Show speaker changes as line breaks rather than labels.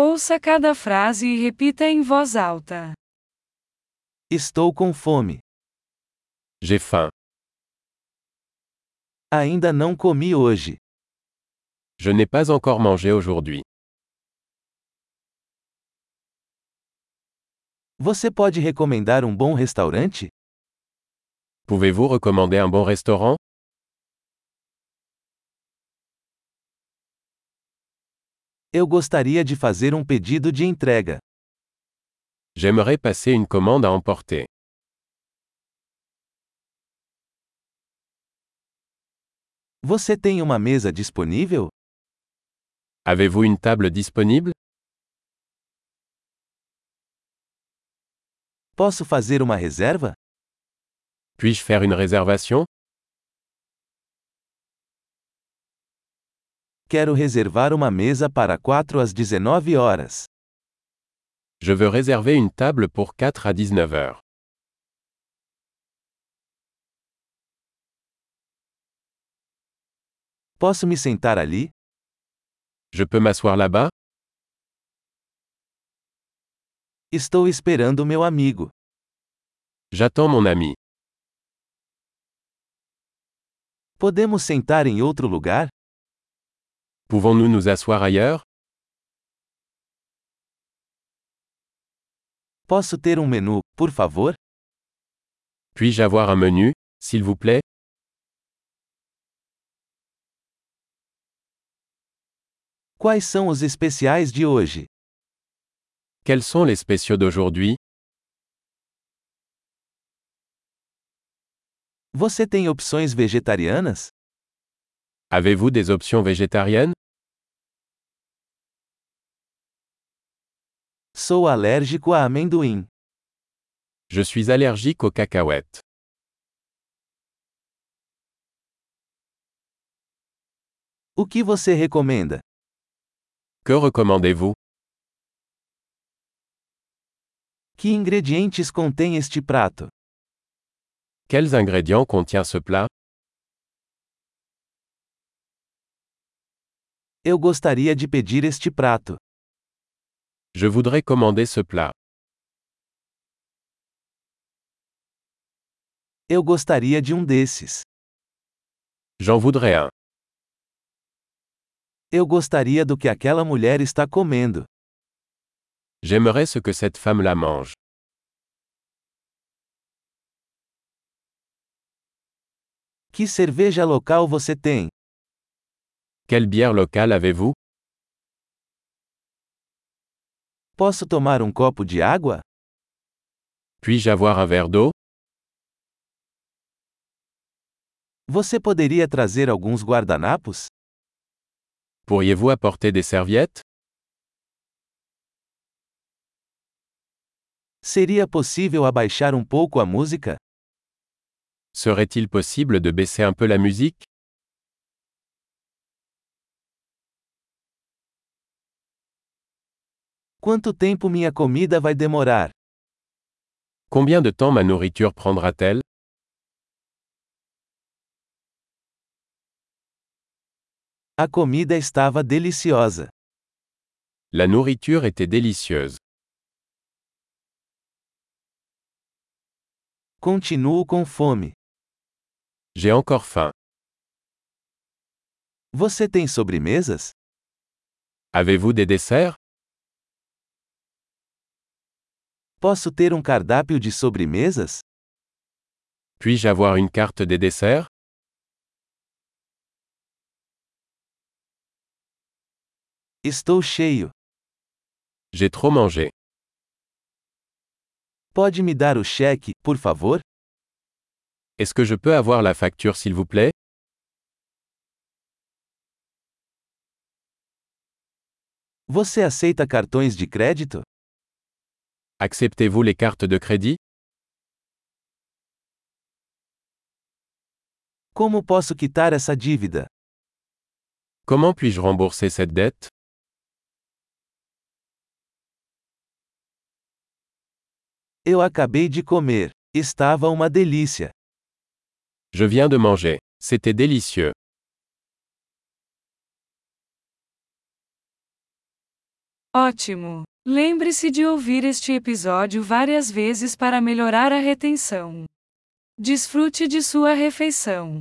Ouça cada frase e repita em voz alta.
Estou com fome.
J'ai faim.
Ainda não comi hoje.
Je n'ai pas encore mangé aujourd'hui.
Você pode recomendar um bom restaurante?
Pouvez-vous recommander un bon restaurant
Eu gostaria de fazer um pedido de entrega.
J'aimerais passer une commande à emporter.
Você tem uma mesa disponível?
Avez-vous une table disponible
Posso fazer uma reserva?
Puis-je faire une réservation
Quero reservar uma mesa para 4 às 19 horas.
Je veux réserver une table pour 4 à 19 heures.
Posso me sentar ali?
Je peux m'asseoir là-bas
Estou esperando meu amigo.
J'attends mon ami.
Podemos sentar em outro lugar?
Pouvons-nous nous asseoir ailleurs
Posso ter um menu, por favor?
Puis-je avoir un menu, s'il vous plaît
Quais são os especiais de hoje?
Quels sont les spéciaux d'aujourd'hui
Você tem opções vegetarianas?
Avez-vous des options végétariennes
Sou alérgico a amendoim.
Je suis allergique aux cacahuètes.
O que você recomenda?
Que recommandez-vous
Que ingredientes contém este prato?
Quels ingrédients contient ce plat
Eu gostaria de pedir este prato.
Je voudrais commander ce plat.
Eu gostaria de um desses.
J'en voudrais un.
Eu gostaria do que aquela mulher está comendo.
J'aimerais ce que cette femme la mange.
Que cerveja local você tem?
Quelle bière locale avez-vous
Posso tomar um copo de água?
Puis-je avoir un verre d'eau
Você poderia trazer alguns guardanapos?
Pourriez-vous apporter des serviettes
Seria possível abaixar um pouco a música?
Serait-il possible de baisser un peu la musique
Quanto tempo minha comida vai demorar?
Combien de temps ma nourriture prendra-t-elle
A comida estava deliciosa.
La nourriture était délicieuse.
Continuo com fome.
J'ai encore faim.
Você tem sobremesas?
Avez-vous des desserts
Posso ter um cardápio de sobremesas?
Puis-je avoir une carte des desserts
Estou cheio.
J'ai trop mangé.
Pode me dar o cheque, por favor?
Est-ce que je peux avoir la facture s'il vous plaît
Você aceita cartões de crédito?
Acceptez-vous les cartes de crédit
Como posso quitar essa dívida?
Comment puis-je rembourser cette dette
Eu acabei de comer. Estava uma delícia.
Je viens de manger. C'était délicieux.
Ótimo! Lembre-se de ouvir este episódio várias vezes para melhorar a retenção. Desfrute de sua refeição.